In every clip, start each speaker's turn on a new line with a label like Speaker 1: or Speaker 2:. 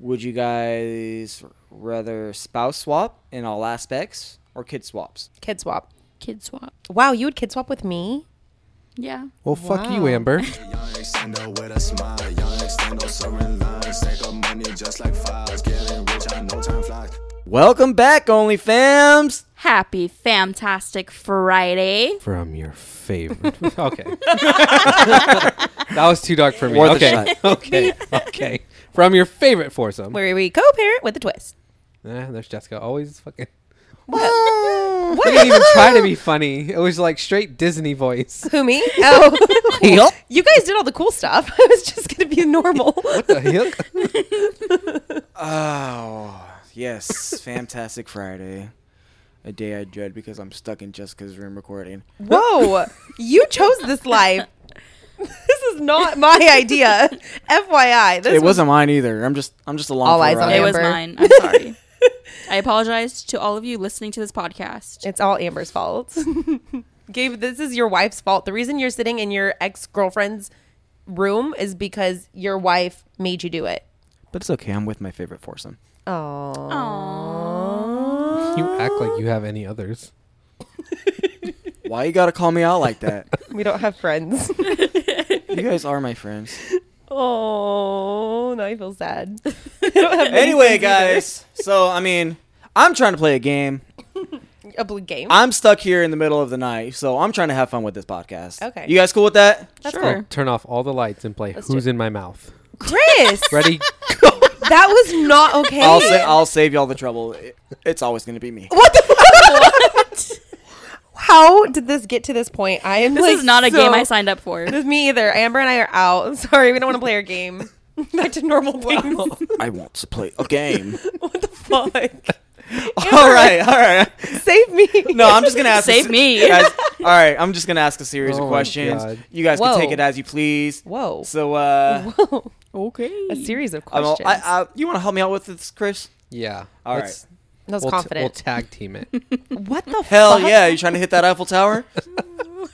Speaker 1: Would you guys rather spouse swap in all aspects or kid swaps?
Speaker 2: Kid swap.
Speaker 3: Kid swap.
Speaker 2: Wow, you would kid swap with me?
Speaker 3: Yeah.
Speaker 4: Well, Oh, fuck you, Amber.
Speaker 5: Young extendo with a smile. Young extendo serving lines. Take up money just like files. Getting rich, I know time flies.
Speaker 1: Welcome back, OnlyFams.
Speaker 3: Happy Fantastic Friday.
Speaker 4: From your favorite. Okay. that was too dark for me.
Speaker 1: Worth a
Speaker 4: okay. okay. Okay. From your favorite foursome.
Speaker 2: Where we co parent with a twist.
Speaker 4: Ah, there's Jessica. Always fucking.
Speaker 2: What?
Speaker 4: I didn't even try to be funny. It was like straight Disney voice.
Speaker 2: Who, me? Oh. You guys did all the cool stuff. I was just going to be normal.
Speaker 4: The heck?
Speaker 1: Oh, yes. Fantastic Friday. A day I dread because I'm stuck in Jessica's room recording.
Speaker 2: Whoa. you chose this life. This is not my idea. FYI. This
Speaker 1: it wasn't mine either. I'm just I'm just along
Speaker 2: All
Speaker 1: for the
Speaker 2: eyes on
Speaker 1: ride.
Speaker 3: It was
Speaker 2: Amber.
Speaker 3: mine. I'm sorry. I apologize to all of you listening to this podcast.
Speaker 2: It's all Amber's fault. Gabe, this is your wife's fault. The reason you're sitting in your ex girlfriend's room is because your wife made you do it.
Speaker 1: But it's okay. I'm with my favorite foursome.
Speaker 2: Oh.
Speaker 4: You act like you have any others.
Speaker 1: Why you gotta call me out like that?
Speaker 2: We don't have friends.
Speaker 1: you guys are my friends.
Speaker 2: oh, now I feel sad. I don't have many
Speaker 1: Anyway,
Speaker 2: friends either.
Speaker 1: guys. So I mean, I'm trying to play a game.
Speaker 2: A blue game.
Speaker 1: I'm stuck here in the middle of the night, so I'm trying to have fun with this podcast.
Speaker 2: Okay.
Speaker 1: You guys cool with that?
Speaker 2: That's
Speaker 3: Sure.
Speaker 4: I'll turn off all the lights and play Who's in My Mouth.
Speaker 2: Chris,
Speaker 4: Ready?
Speaker 2: that was not okay.
Speaker 1: I'll say I'll save y'all the trouble. It- It's always gonna be me.
Speaker 2: what the fuck? How did this get to this point? I am
Speaker 3: This
Speaker 2: like,
Speaker 3: is not a
Speaker 2: so-
Speaker 3: game I signed up for.
Speaker 2: This is me either. Amber and I are out. I'm sorry, we don't want to play our game. Back to normal things.
Speaker 1: I want to play a game.
Speaker 2: what the fuck?
Speaker 1: all right, all right.
Speaker 2: Save me.
Speaker 1: No, I'm just gonna ask. a
Speaker 3: Save
Speaker 1: se-
Speaker 3: me.
Speaker 1: guys- all right, I'm just gonna ask a series
Speaker 4: Oh
Speaker 1: of
Speaker 4: my
Speaker 1: questions.
Speaker 4: God.
Speaker 1: You guys can take
Speaker 2: Whoa.
Speaker 1: it as you please.
Speaker 2: Whoa.
Speaker 1: So, uh,
Speaker 2: Whoa.
Speaker 3: Okay.
Speaker 2: A series of
Speaker 1: I'm all-
Speaker 2: questions.
Speaker 1: I, I, you want to help me out with this, Chris?
Speaker 4: Yeah.
Speaker 1: All right.
Speaker 4: Let's-
Speaker 2: that was
Speaker 4: we'll t- we'll
Speaker 2: confident.
Speaker 4: tag team it.
Speaker 2: what the
Speaker 1: Hell
Speaker 2: fuck?
Speaker 1: yeah! You trying to hit that Eiffel Tower?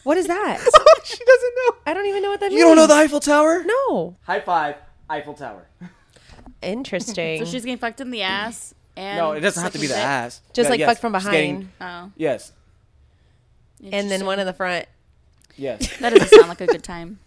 Speaker 2: What is that?
Speaker 4: she doesn't know.
Speaker 2: I don't even know what that means.
Speaker 1: you don't know the Eiffel Tower?
Speaker 2: No.
Speaker 1: High five, Eiffel Tower.
Speaker 2: Interesting.
Speaker 3: So she's getting fucked in the ass. And
Speaker 1: No, it doesn't have to be the
Speaker 3: sucking
Speaker 1: ass.
Speaker 2: just
Speaker 1: Yeah,
Speaker 2: like
Speaker 1: yes,
Speaker 2: fucked from
Speaker 1: just
Speaker 2: behind,
Speaker 1: getting-
Speaker 3: dick. Oh,
Speaker 1: Yes,
Speaker 2: and then
Speaker 3: interesting.
Speaker 2: one in the front.
Speaker 1: yes.
Speaker 3: That doesn't sound like a good time.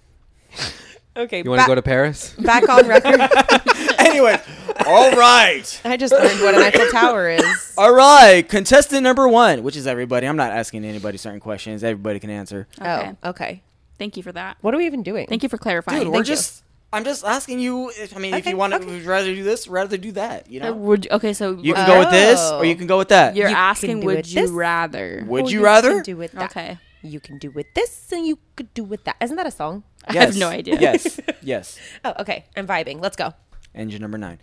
Speaker 2: Okay.
Speaker 4: You want to go to Paris?
Speaker 2: back on record?
Speaker 1: anyway, all right.
Speaker 2: I just learned what an Eiffel Tower is.
Speaker 1: All right, contestant number one, which is everybody. I'm not asking anybody certain questions. Everybody can answer.
Speaker 3: Okay.
Speaker 2: Oh, okay.
Speaker 3: Thank you for that.
Speaker 2: What are we even doing?
Speaker 3: Thank you for clarifying.
Speaker 1: Dude, we're
Speaker 2: you.
Speaker 1: just. I'm just asking you. If, I mean, if
Speaker 2: Okay,
Speaker 1: you want to
Speaker 2: okay.
Speaker 1: rather do this, rather do that. You
Speaker 3: Uh,
Speaker 1: know,
Speaker 3: would you- okay, so
Speaker 1: you
Speaker 3: uh,
Speaker 1: can go with this,
Speaker 2: Oh.
Speaker 1: or you can go with that.
Speaker 3: you're
Speaker 2: You can
Speaker 3: asking,
Speaker 2: do
Speaker 3: would
Speaker 2: it
Speaker 3: you
Speaker 2: this-
Speaker 3: rather?
Speaker 1: Would
Speaker 2: Oh,
Speaker 1: you
Speaker 2: Can
Speaker 1: rather?
Speaker 2: do with that.
Speaker 3: Okay.
Speaker 2: You can do with this, and you could do with that. Isn't that a song?
Speaker 3: I have no idea.
Speaker 1: Yes, yes.
Speaker 2: Oh, okay. I'm vibing. Let's go.
Speaker 1: Engine number nine.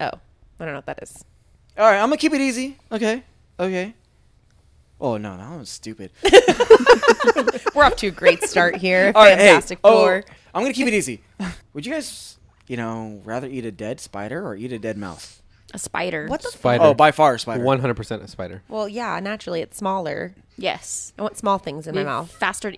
Speaker 2: Oh, I don't know what that is.
Speaker 1: All right, I'm gonna keep it easy. Okay, okay. Oh no, that was stupid.
Speaker 2: We're off to a great start here.
Speaker 1: All right, hey,
Speaker 2: Fantastic Four.
Speaker 1: Oh, I'm gonna keep it easy. Would you guys, you know, rather eat a dead spider or eat a dead mouse?
Speaker 3: A spider.
Speaker 2: What the?
Speaker 4: Spider.
Speaker 1: Oh, by far, spider.
Speaker 4: 100% a spider.
Speaker 2: well, yeah. Naturally, it's smaller.
Speaker 3: Yes.
Speaker 2: I want small things in my mouth.
Speaker 3: Faster. To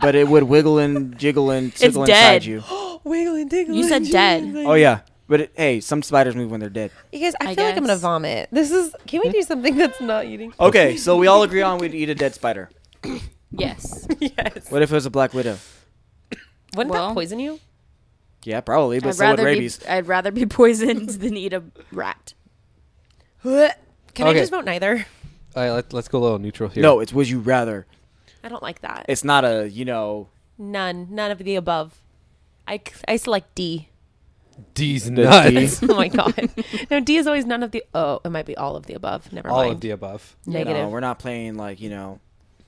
Speaker 1: but it would wiggle and jiggle and tickle
Speaker 3: dead.
Speaker 1: inside you.
Speaker 2: Wiggle and tingle.
Speaker 3: You said dead.
Speaker 1: Oh yeah, but it, hey, some spiders move when they're dead.
Speaker 2: You guys, I,
Speaker 3: I
Speaker 2: feel like I'm gonna
Speaker 3: guess.
Speaker 2: vomit. This is. Can we do something that's not eating?
Speaker 1: Okay, so we all agree on we'd eat a dead spider.
Speaker 3: Yes.
Speaker 2: yes.
Speaker 1: What if it was a black widow?
Speaker 2: Wouldn't
Speaker 3: Well-
Speaker 2: that poison you?
Speaker 1: Yeah, probably, but so would rabies.
Speaker 3: be. I'd rather be poisoned than eat a rat.
Speaker 2: Can I
Speaker 4: Okay.
Speaker 2: just vote neither?
Speaker 4: All right, let, let's go a little neutral here.
Speaker 1: No, it's would you rather.
Speaker 2: I don't like that.
Speaker 1: It's not a you know
Speaker 2: None. None of the above. I, I select D.
Speaker 4: D's
Speaker 1: the
Speaker 4: nuts.
Speaker 1: D.
Speaker 2: oh my god. No, D is always none of the. Oh, it might be all of the above. Never
Speaker 4: All
Speaker 2: mind.
Speaker 4: of the above.
Speaker 2: Negative.
Speaker 1: No, we're not playing like you know.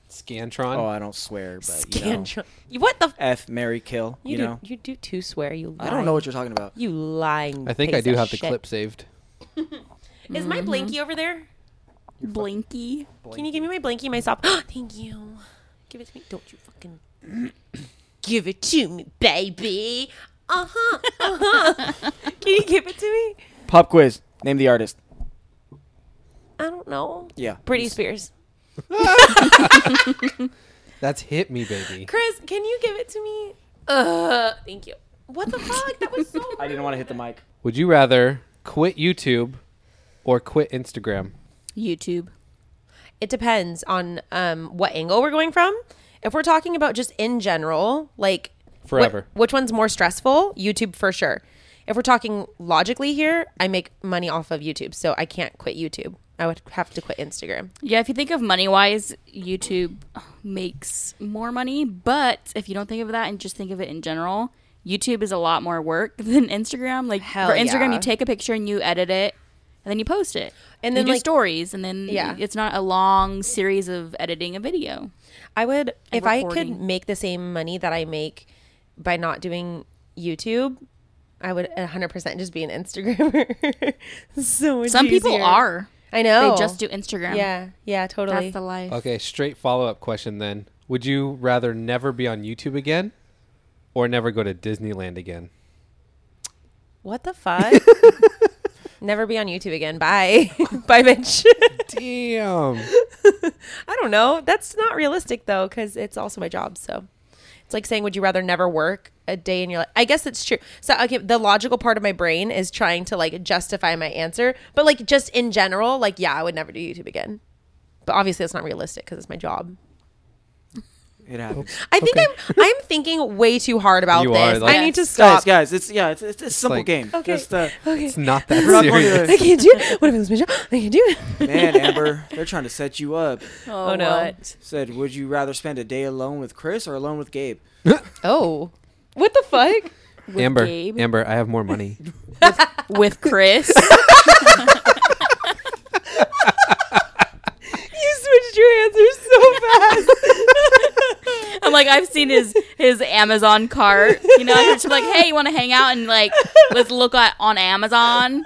Speaker 4: Scantron.
Speaker 1: Oh, I don't swear, but you know,
Speaker 2: Scantron. You- What the? F-
Speaker 1: F Mary kill. You,
Speaker 2: you, do,
Speaker 1: know,
Speaker 2: you do too swear. You.
Speaker 1: I don't know what you're talking about.
Speaker 2: You lying.
Speaker 4: I think I
Speaker 2: piece
Speaker 4: do
Speaker 2: of
Speaker 4: have the
Speaker 2: shit.
Speaker 4: clip saved.
Speaker 2: Is my
Speaker 1: Mm-hmm.
Speaker 2: blankie over there?
Speaker 3: Blinky.
Speaker 2: Can you give me my blankie, my sock? Thank you. Give it to me. Don't you fucking. give it to me, baby. Uh huh. Uh huh. Can you give it to me?
Speaker 1: Pop quiz. Name the artist.
Speaker 2: I don't know.
Speaker 1: Yeah.
Speaker 2: Britney Spears.
Speaker 4: That's hit me, baby.
Speaker 2: Chris, can you give it to me? Uh, thank you. What the fuck? That was so.
Speaker 1: I didn't want to hit the mic.
Speaker 4: Would you rather quit YouTube or quit Instagram?
Speaker 3: YouTube.
Speaker 2: it depends on um, what angle we're going from. If we're talking about just in general, like what-
Speaker 4: Forever.
Speaker 2: which one's more stressful? YouTube for sure. If we're talking logically here, I make money off of YouTube, so I can't quit YouTube. I would have to quit Instagram.
Speaker 3: Yeah, if you think of money wise, YouTube makes more money. But if you don't think of that and just think of it in general, YouTube is a lot more work than Instagram. Like
Speaker 2: Hell
Speaker 3: for Instagram,
Speaker 2: yeah.
Speaker 3: you take a picture and you edit it, and then you post it,
Speaker 2: And then,
Speaker 3: and then you do
Speaker 2: like-
Speaker 3: stories, and then
Speaker 2: Yeah.
Speaker 3: it's not a long series of editing a video.
Speaker 2: I would if I could
Speaker 3: recording.
Speaker 2: make the same money that I make by not doing YouTube. I would 100% just be an Instagrammer. so much
Speaker 3: Some people
Speaker 2: easier.
Speaker 3: are.
Speaker 2: I know.
Speaker 3: They just do Instagram.
Speaker 2: Yeah, yeah, totally.
Speaker 3: that's the life.
Speaker 4: Okay, straight follow up question then. Would you rather never be on YouTube again or never go to Disneyland again?
Speaker 2: What the fuck? Never be on YouTube again. Bye. Bye, bitch.
Speaker 4: Damn.
Speaker 2: I don't know. That's not realistic though, because it's also my job. So it's like saying, would you rather never work a day in your life? I guess it's true. So okay, the logical part of my brain is trying to like justify my answer, but like just in general, like yeah, I would never do YouTube again. But obviously, that's not realistic because it's my job.
Speaker 1: It happens.
Speaker 2: I think I'm I'm thinking way too hard about
Speaker 4: You
Speaker 2: this.
Speaker 4: are, like-
Speaker 2: I need to
Speaker 1: Guys,
Speaker 2: stop.
Speaker 1: guys, it's yeah, it's, it's a simple
Speaker 4: like-
Speaker 1: game.
Speaker 2: Okay.
Speaker 1: Just, uh,
Speaker 4: It's not that
Speaker 1: We're not going to
Speaker 4: serious.
Speaker 2: I can't do it. What if it was my job? I can't do it.
Speaker 1: man, Amber, they're trying to set you up.
Speaker 3: Oh,
Speaker 2: no.
Speaker 3: what?
Speaker 1: Said, would you rather spend a day alone with Chris or alone with Gabe?
Speaker 2: Oh, what the fuck?
Speaker 4: Amber,
Speaker 3: Gabe.
Speaker 4: Amber, I have more money.
Speaker 3: with Chris.
Speaker 2: You switched your answers so fast.
Speaker 3: I'm like I've seen his his Amazon cart. You know, I'm just like, hey, you want to hang out and like let's look at on Amazon.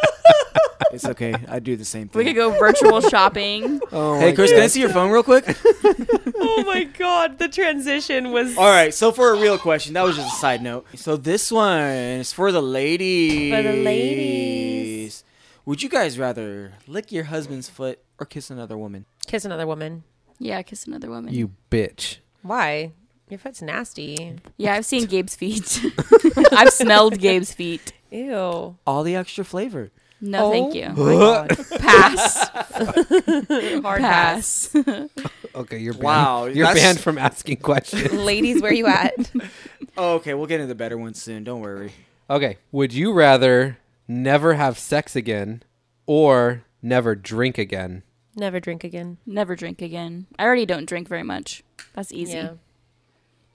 Speaker 1: It's okay. I do the same thing.
Speaker 3: We could go virtual shopping.
Speaker 4: Oh
Speaker 1: hey, Chris, can I see your phone real quick?
Speaker 2: oh my god, the transition was.
Speaker 1: All right, so for a real question, that was just a side note. So this one is for the ladies.
Speaker 2: For the ladies.
Speaker 1: Would you guys rather lick your husband's foot or kiss another woman?
Speaker 2: Kiss another woman.
Speaker 3: Yeah, kiss another woman.
Speaker 4: You bitch.
Speaker 2: Why? Your foot's nasty.
Speaker 3: Yeah, I've seen Gabe's feet. I've smelled Gabe's feet.
Speaker 2: Ew.
Speaker 1: All the extra flavor.
Speaker 3: No,
Speaker 2: Oh.
Speaker 3: thank you. Pass. Hard pass.
Speaker 4: Okay, you're banned.
Speaker 1: Wow,
Speaker 4: You're
Speaker 1: that's-
Speaker 4: banned from asking questions.
Speaker 2: Ladies, where you at?
Speaker 1: Oh, okay, we'll get into better ones soon. Don't worry.
Speaker 4: okay, would you rather never have sex again or never drink again?
Speaker 2: Never drink again.
Speaker 3: Never drink again. I already don't drink very much. That's easy.
Speaker 2: Yeah.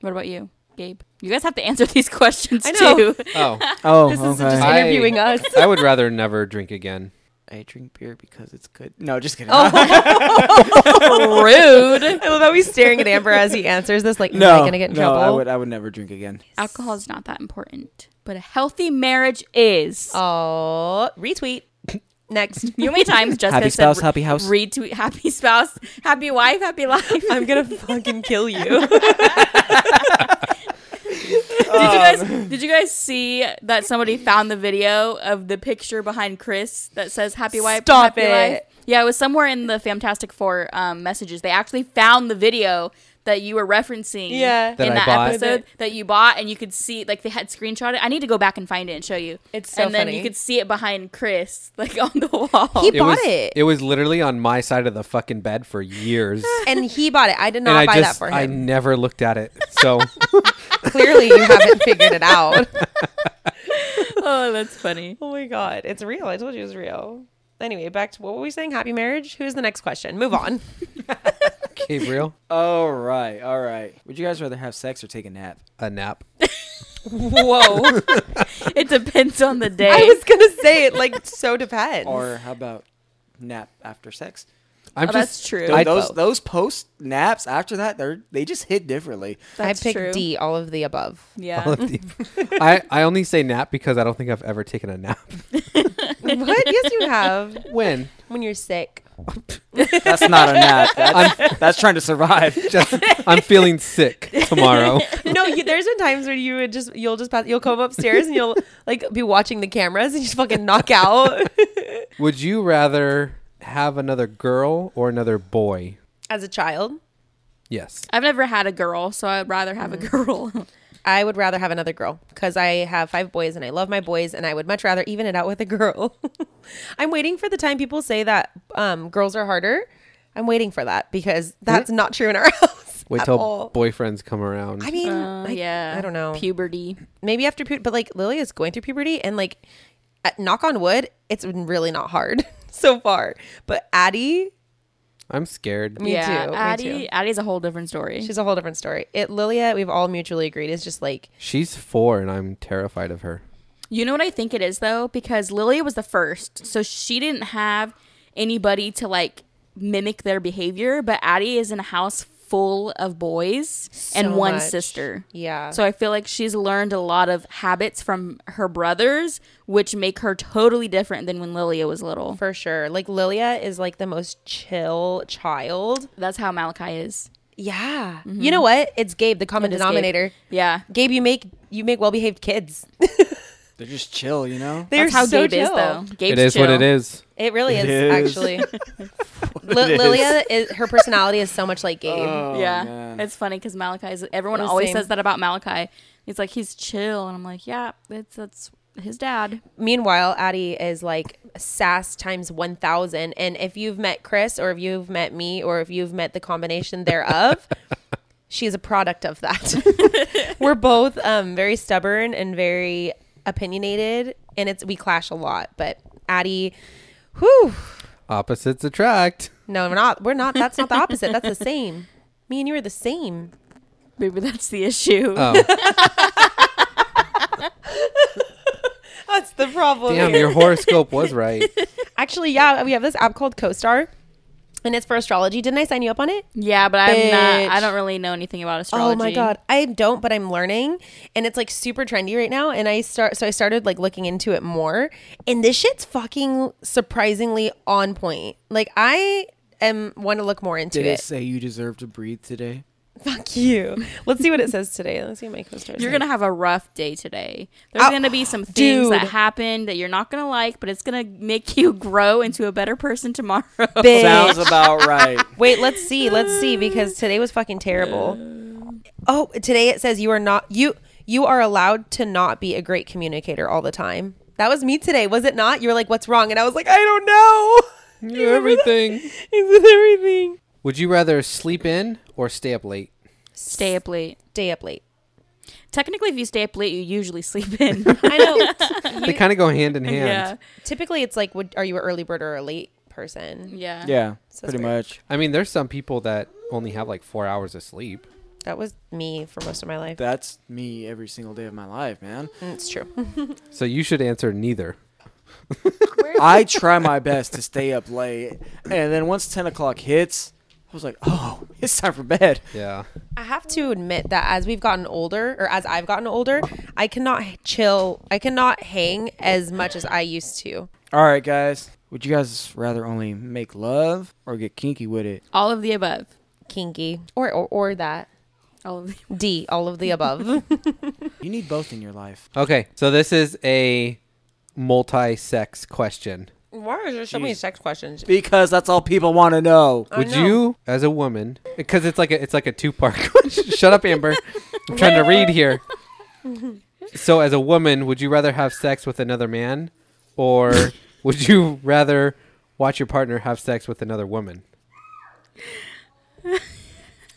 Speaker 3: What about you, Gabe? You guys have to answer these questions
Speaker 2: I know.
Speaker 3: too.
Speaker 4: Oh,
Speaker 1: Oh,
Speaker 2: This is just
Speaker 4: I-
Speaker 2: interviewing us.
Speaker 4: I would rather never drink again.
Speaker 1: I drink beer because it's good. No, just kidding.
Speaker 2: Oh,
Speaker 3: Rude.
Speaker 2: I love how he's staring at Amber as he answers this. Like, am I gonna get in
Speaker 1: no,
Speaker 2: trouble?
Speaker 1: I would, I would never drink again.
Speaker 3: Alcohol is not that important, but a healthy marriage is.
Speaker 2: Oh, retweet. Next,
Speaker 3: You know how many times Jessica
Speaker 1: Happy
Speaker 3: said
Speaker 1: spouse,
Speaker 3: re-
Speaker 1: happy house.
Speaker 3: retweet happy spouse, happy wife, happy life?
Speaker 2: I'm gonna fucking kill you.
Speaker 3: did you
Speaker 2: Um,
Speaker 3: guys did you guys see that somebody found the video of the picture behind Chris that says happy wife
Speaker 2: Stop
Speaker 3: happy life?
Speaker 2: it.
Speaker 3: Yeah, it was somewhere in the Fantastic Four um, messages. They actually found the video that you were referencing
Speaker 2: Yeah.
Speaker 4: That
Speaker 3: in
Speaker 4: I
Speaker 3: that
Speaker 4: bought.
Speaker 3: episode that you bought and you could see like they had screenshot it. I need to go back and find it and show you.
Speaker 2: It's so
Speaker 3: And then
Speaker 2: funny.
Speaker 3: you could see it behind Chris like on the wall.
Speaker 2: He- bought
Speaker 4: was,
Speaker 2: it.
Speaker 4: was literally on my side of the fucking bed for years.
Speaker 2: and he bought it. I did not
Speaker 4: and I
Speaker 2: buy
Speaker 4: just
Speaker 2: that for
Speaker 4: I
Speaker 2: him.
Speaker 4: never looked at it. So
Speaker 2: Clearly, you haven't figured it out.
Speaker 3: oh, that's funny.
Speaker 2: Oh my god, it's real. I told you it was real. Anyway, back to what were we saying? Happy marriage? Who's the next question? Move on.
Speaker 4: Gabriel,
Speaker 1: All Oh, right, all right. Would you guys rather have sex or take a nap?
Speaker 4: a nap.
Speaker 2: Whoa.
Speaker 3: It depends on the day.
Speaker 2: I was gonna say it like so depends.
Speaker 1: Or how about nap after sex?
Speaker 4: I'm
Speaker 3: Oh, that's true.
Speaker 1: Th-
Speaker 4: I-
Speaker 1: those
Speaker 2: both.
Speaker 1: those post naps after that, they're they just hit differently.
Speaker 3: That's
Speaker 2: I picked
Speaker 3: true.
Speaker 2: D, all of the above.
Speaker 3: Yeah.
Speaker 4: I, I only say nap because I don't think I've ever taken a nap.
Speaker 2: what? Yes, you have.
Speaker 4: When?
Speaker 2: When you're sick.
Speaker 1: That's not a nap. That's, that's trying to survive.
Speaker 4: Just I'm feeling sick tomorrow.
Speaker 2: No, you, there's been times where you would just you'll just pass, you'll come upstairs and you'll like be watching the cameras and you just fucking knock out.
Speaker 4: Would you rather have another girl or another boy?
Speaker 2: As a child,
Speaker 4: Yes.
Speaker 2: Mm-hmm.
Speaker 3: I've never had a girl, so I'd rather have a girl.
Speaker 2: I would rather have another girl because I have five boys and I love my boys and I would much rather even it out with a girl. I'm waiting for the time people say that um, girls are harder. I'm waiting for that because that's not true in our house.
Speaker 4: Wait
Speaker 2: at
Speaker 4: till
Speaker 2: all.
Speaker 4: boyfriends come around.
Speaker 2: I mean,
Speaker 3: Uh,
Speaker 2: I,
Speaker 3: yeah.
Speaker 2: I don't know.
Speaker 3: Puberty.
Speaker 2: Maybe after puberty, but like Lily is going through puberty and like, at, knock on wood, it's been really not hard so far. But Addie,
Speaker 4: I'm scared.
Speaker 2: Me
Speaker 3: yeah.
Speaker 2: too, me
Speaker 3: Addie,
Speaker 2: too.
Speaker 3: Addie's a whole different story.
Speaker 2: she's a whole different story. It Lilia, we've all mutually agreed is just like
Speaker 4: She's four, and I'm terrified of her.
Speaker 3: You know what I think it is though, because Lily was the first, so she didn't have anybody to like mimic their behavior. But Addie is in a house full of boys
Speaker 2: so
Speaker 3: and one
Speaker 2: much.
Speaker 3: sister,
Speaker 2: Yeah.
Speaker 3: so I feel like she's learned a lot of habits from her brothers, which make her totally different than when Lilia was little.
Speaker 2: For sure. Like Lilia is like the most chill child.
Speaker 3: That's how Malachi is.
Speaker 2: Yeah. You know what? It's Gabe, the common
Speaker 3: It is Gabe.
Speaker 2: denominator.
Speaker 3: Yeah,
Speaker 2: Gabe. you make you make well behaved kids.
Speaker 1: They're just chill, you know.
Speaker 2: They're
Speaker 3: that's how
Speaker 2: so
Speaker 3: Gabe is
Speaker 2: chill.
Speaker 3: though. Gabe's
Speaker 4: it is what
Speaker 3: chill.
Speaker 4: it is.
Speaker 2: It really
Speaker 1: It
Speaker 2: is,
Speaker 1: is.
Speaker 2: actually. Li- Lilia is her personality is so much like Gabe.
Speaker 1: Uh.
Speaker 3: yeah,
Speaker 1: man.
Speaker 3: it's funny because Malachi is. Everyone
Speaker 2: The
Speaker 3: always
Speaker 2: same.
Speaker 3: says that about Malachi. He's like he's chill, and I'm like, yeah, that's that's his dad.
Speaker 2: Meanwhile, Addie is like sass times 1000 and if you've met Chris or if you've met me or if you've met the combination thereof, she's a product of that. We're both um, very stubborn and very opinionated and it's we clash a lot, but Addie whew,
Speaker 4: Opposites attract.
Speaker 2: no, we're not we're not that's not the opposite, that's the same. Me and you are the same.
Speaker 3: Maybe that's the issue.
Speaker 4: Oh,
Speaker 2: That's the problem.
Speaker 4: damn, your horoscope was right.
Speaker 2: Actually, yeah, we have this app called CoStar and it's for astrology. Didn't I sign you up on it?
Speaker 3: yeah, but I'm not.
Speaker 2: Bitch.
Speaker 3: I don't really know anything about astrology.
Speaker 2: Oh my god, I don't, but I'm learning, and it's like super trendy right now. And I start, so I started like looking into it more, and this shit's fucking surprisingly on point. Like I am want to look more into
Speaker 1: Did
Speaker 2: it.
Speaker 1: it say you deserve to breathe today?
Speaker 2: Fuck you. Let's see what it says today. Let's see what my co-star
Speaker 3: You're
Speaker 2: says.
Speaker 3: gonna have a rough day today. There's
Speaker 2: Oh,
Speaker 3: gonna be some things that
Speaker 2: dude.
Speaker 3: happen that you're not gonna like, but it's gonna make you grow into a better person tomorrow.
Speaker 2: Bitch.
Speaker 1: Sounds about right.
Speaker 2: Wait, let's see. Let's see because today was fucking terrible. Oh, today it says you are not you you are allowed to not be a great communicator all the time. That was me today, was it not? You were like, "What's wrong?" and I was like, "I don't know."
Speaker 4: You're everything.
Speaker 2: Is everything?
Speaker 4: Would you rather sleep in or stay up late?
Speaker 3: stay up late.
Speaker 2: Stay up late.
Speaker 3: Technically, if you stay up late, you usually sleep in.
Speaker 2: I know.
Speaker 4: They kind of go hand in hand.
Speaker 3: yeah,
Speaker 2: Typically, it's like, would, are you an early bird or a late person?
Speaker 3: yeah,
Speaker 1: Yeah,
Speaker 2: So
Speaker 1: pretty
Speaker 2: sorry.
Speaker 1: much.
Speaker 4: I mean, there's some people that only have like four hours of sleep.
Speaker 2: That was me for most of my life.
Speaker 1: That's me every single day of my life, man.
Speaker 2: And it's true.
Speaker 4: So you should answer neither.
Speaker 1: I try my best to stay up late, and then once ten o'clock hits, I was like, "Oh, it's time for bed."
Speaker 4: Yeah.
Speaker 2: I have to admit that as we've gotten older, or as I've gotten older, I cannot h- chill. I cannot hang as much as I used to.
Speaker 1: All right, guys, would you guys rather only make love or get kinky with it?
Speaker 3: All of the above.
Speaker 2: Kinky or or, or that
Speaker 3: All of the.
Speaker 2: D, all of the above.
Speaker 1: You need both in your life.
Speaker 4: Okay. So this is a multi sex question.
Speaker 2: Why are there so many sex questions?
Speaker 1: Because that's all people want to know.
Speaker 2: I
Speaker 4: Would
Speaker 2: know.
Speaker 4: you, as a woman, because it's like a it's like a two part question. Shut up, Amber. I'm trying to read here. So, as a woman, would you rather have sex with another man, or would you rather watch your partner have sex with another woman?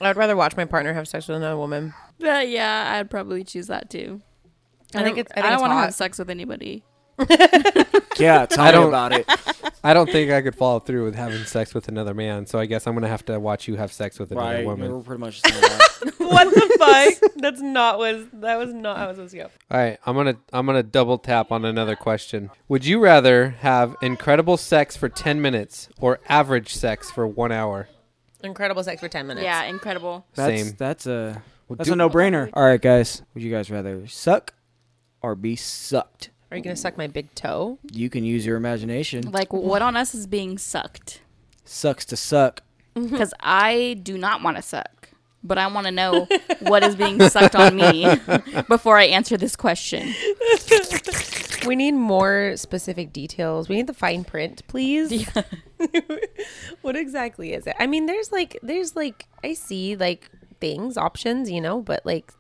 Speaker 2: I would rather watch my partner have sex with another woman.
Speaker 3: But yeah, I'd probably choose that too.
Speaker 2: I think it's- I think
Speaker 3: don't
Speaker 2: it's
Speaker 3: wanna
Speaker 2: hot.
Speaker 3: have sex with anybody.
Speaker 1: Yeah, tell
Speaker 4: I
Speaker 1: me
Speaker 4: don't-
Speaker 1: about it.
Speaker 4: I don't think I could follow through with having sex with another man, so I guess I'm gonna have to watch you have sex with another
Speaker 1: Right,
Speaker 4: woman.
Speaker 1: we're pretty much. the same guy.
Speaker 2: what the fuck? That's not was that was not how I was supposed to go.
Speaker 4: All right, I'm gonna I'm gonna double tap on another question. Would you rather have incredible sex for ten minutes or average sex for one hour?
Speaker 2: Incredible sex for ten minutes.
Speaker 3: Yeah, incredible.
Speaker 1: That's,
Speaker 4: Same.
Speaker 1: That's a that's
Speaker 4: do-
Speaker 1: a no brainer. All right, guys, would you guys rather suck or be sucked?
Speaker 2: Are you gonna suck my big toe?
Speaker 1: You can use your imagination.
Speaker 3: Like, what on us is being sucked?
Speaker 1: Sucks to suck.
Speaker 3: Because I do not want to suck, but I want to know what is being sucked on me before I answer this question.
Speaker 2: We need more specific details. We need the fine print, please. what exactly is it? I mean, there's like, there's like, I see like things, options, you know, but like,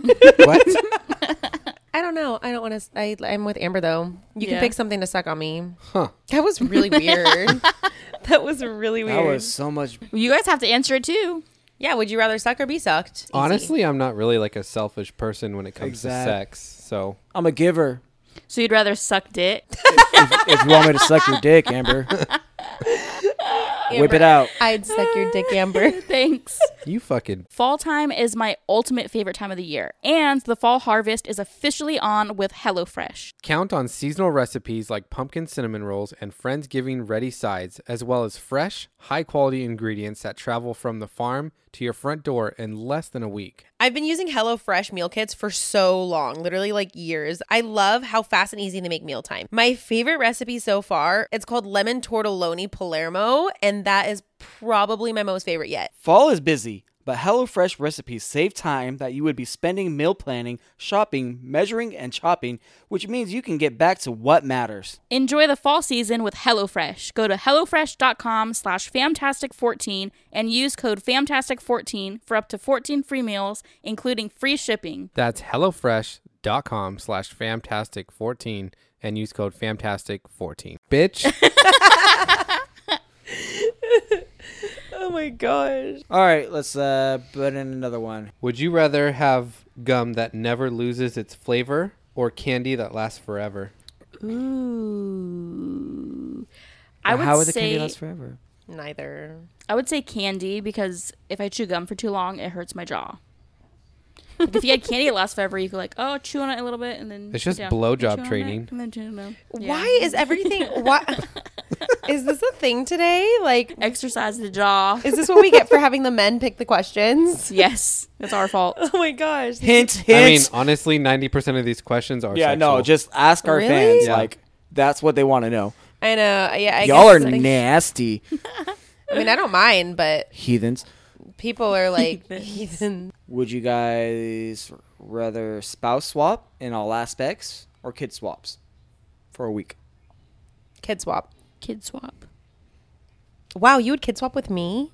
Speaker 4: what?
Speaker 2: I don't know. I don't want to. I, I'm with Amber though. You
Speaker 3: Yeah.
Speaker 2: can pick something to suck on me.
Speaker 4: Huh.
Speaker 2: That was really weird. that was really weird.
Speaker 1: That was so much.
Speaker 3: You guys have to answer it too.
Speaker 2: Yeah. Would you rather suck or be sucked? Easy.
Speaker 4: Honestly, I'm not really like a selfish person when it comes
Speaker 1: Exact-
Speaker 4: to sex. So
Speaker 1: I'm a giver.
Speaker 3: So you'd rather suck dick?
Speaker 1: If, if you want me to suck your dick, Amber, whip it
Speaker 2: Amber,
Speaker 1: out.
Speaker 2: I'd suck your dick, Amber.
Speaker 3: Thanks.
Speaker 4: you fucking
Speaker 3: Fall time is my ultimate favorite time of the year, and the fall harvest is officially on with HelloFresh.
Speaker 4: count on seasonal recipes like pumpkin cinnamon rolls and friendsgiving ready sides, as well as fresh, high quality ingredients that travel from the farm to your front door in less than a week.
Speaker 2: I've been using HelloFresh meal kits for so long, literally like years. I love how fast and easy they make mealtime. My favorite recipe so far, it's called lemon tortelloni Palermo, and that is probably my most favorite yet.
Speaker 6: Fall is busy, but HelloFresh recipes save time that you would be spending meal planning, shopping, measuring, and chopping, which means you can get back to what matters.
Speaker 3: Enjoy the fall season with HelloFresh. Go to HelloFresh.com slash Fantastic14 and use code Fantastic14 for up to 14 free meals, including free shipping.
Speaker 4: That's HelloFresh.com slash Fantastic14 and use code Fantastic14. Bitch.
Speaker 2: Oh my gosh.
Speaker 1: All right, let's uh, put in another one.
Speaker 4: Would you rather have gum that never loses its flavor or candy that lasts forever?
Speaker 3: Ooh. I would
Speaker 1: How would the
Speaker 3: say
Speaker 1: candy last forever?
Speaker 2: Neither.
Speaker 3: I would say candy because if I chew gum for too long, it hurts my jaw. Like if you had candy, it lasts forever. You could like, oh, chew on it a little bit, and then
Speaker 4: It's
Speaker 3: chew
Speaker 4: just
Speaker 3: down,
Speaker 4: blowjob
Speaker 3: chew on it,
Speaker 4: training.
Speaker 3: and then chew down.
Speaker 2: Why is everything what is this a thing today? Like
Speaker 3: exercise the jaw?
Speaker 2: is this what we get for having the men pick the questions?
Speaker 3: yes, it's our fault.
Speaker 2: Oh my gosh.
Speaker 6: Hint,
Speaker 4: I mean,
Speaker 6: hint.
Speaker 4: honestly, 90% of these questions are
Speaker 6: yeah,
Speaker 4: sexual.
Speaker 6: no, just ask our
Speaker 2: Really?
Speaker 6: fans.
Speaker 4: Yeah.
Speaker 6: Like, that's what they want to know.
Speaker 2: I know. Yeah, I
Speaker 1: Y'all are
Speaker 2: guess, like,
Speaker 1: nasty
Speaker 2: I mean, I don't mind, but
Speaker 1: heathens.
Speaker 2: people are like heathen.
Speaker 6: Would you guys rather spouse swap in all aspects or kid swaps for a week?
Speaker 2: Kid swap.
Speaker 3: Kid swap.
Speaker 2: Wow, you would kid swap with me?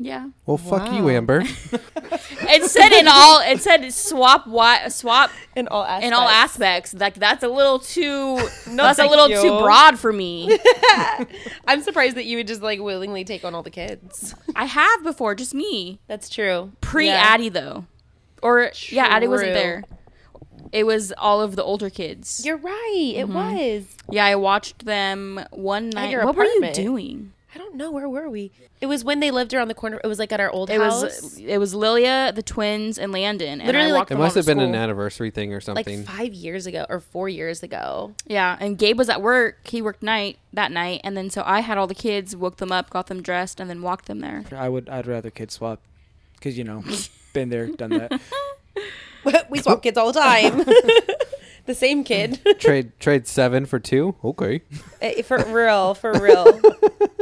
Speaker 3: Yeah,
Speaker 4: Well, fuck you, Amber.
Speaker 3: it said in all. It said swap. Wi- swap
Speaker 2: In all aspects.
Speaker 3: in all aspects. Like that's a little too. that's a
Speaker 2: thank
Speaker 3: little
Speaker 2: you.
Speaker 3: too broad for me.
Speaker 2: I'm surprised that you would just like willingly take on all the kids.
Speaker 3: I have before, just me.
Speaker 2: That's true.
Speaker 3: Pre
Speaker 2: Yeah.
Speaker 3: Addie though, or yeah, Addie wasn't
Speaker 2: True.
Speaker 3: there. It was all of the older kids.
Speaker 2: You're right. It
Speaker 3: Mm-hmm.
Speaker 2: was.
Speaker 3: Yeah, I watched them one night.
Speaker 2: your
Speaker 3: what
Speaker 2: apartment.
Speaker 3: were you doing?
Speaker 2: I don't know. Where were we? It was when they lived around the corner. It was like at our old
Speaker 3: It
Speaker 2: house.
Speaker 3: was it was Lilia, the twins, and Landon. And
Speaker 2: Literally,
Speaker 3: I
Speaker 2: like,
Speaker 3: walked
Speaker 4: It
Speaker 3: them
Speaker 4: must
Speaker 3: all
Speaker 4: have
Speaker 3: to
Speaker 4: been an
Speaker 3: school.
Speaker 4: anniversary thing or
Speaker 2: like
Speaker 4: something.
Speaker 2: five years ago or four years ago.
Speaker 3: Yeah, and Gabe was at work. He worked night that night, and then so I had all the kids, woke them up, got them dressed, and then walked them there.
Speaker 1: I would. I'd rather kid swap, because you know, been there, done that.
Speaker 2: we swap kids all the time. the same kid.
Speaker 4: trade trade seven for two? Okay.
Speaker 2: Eh, for real, for real.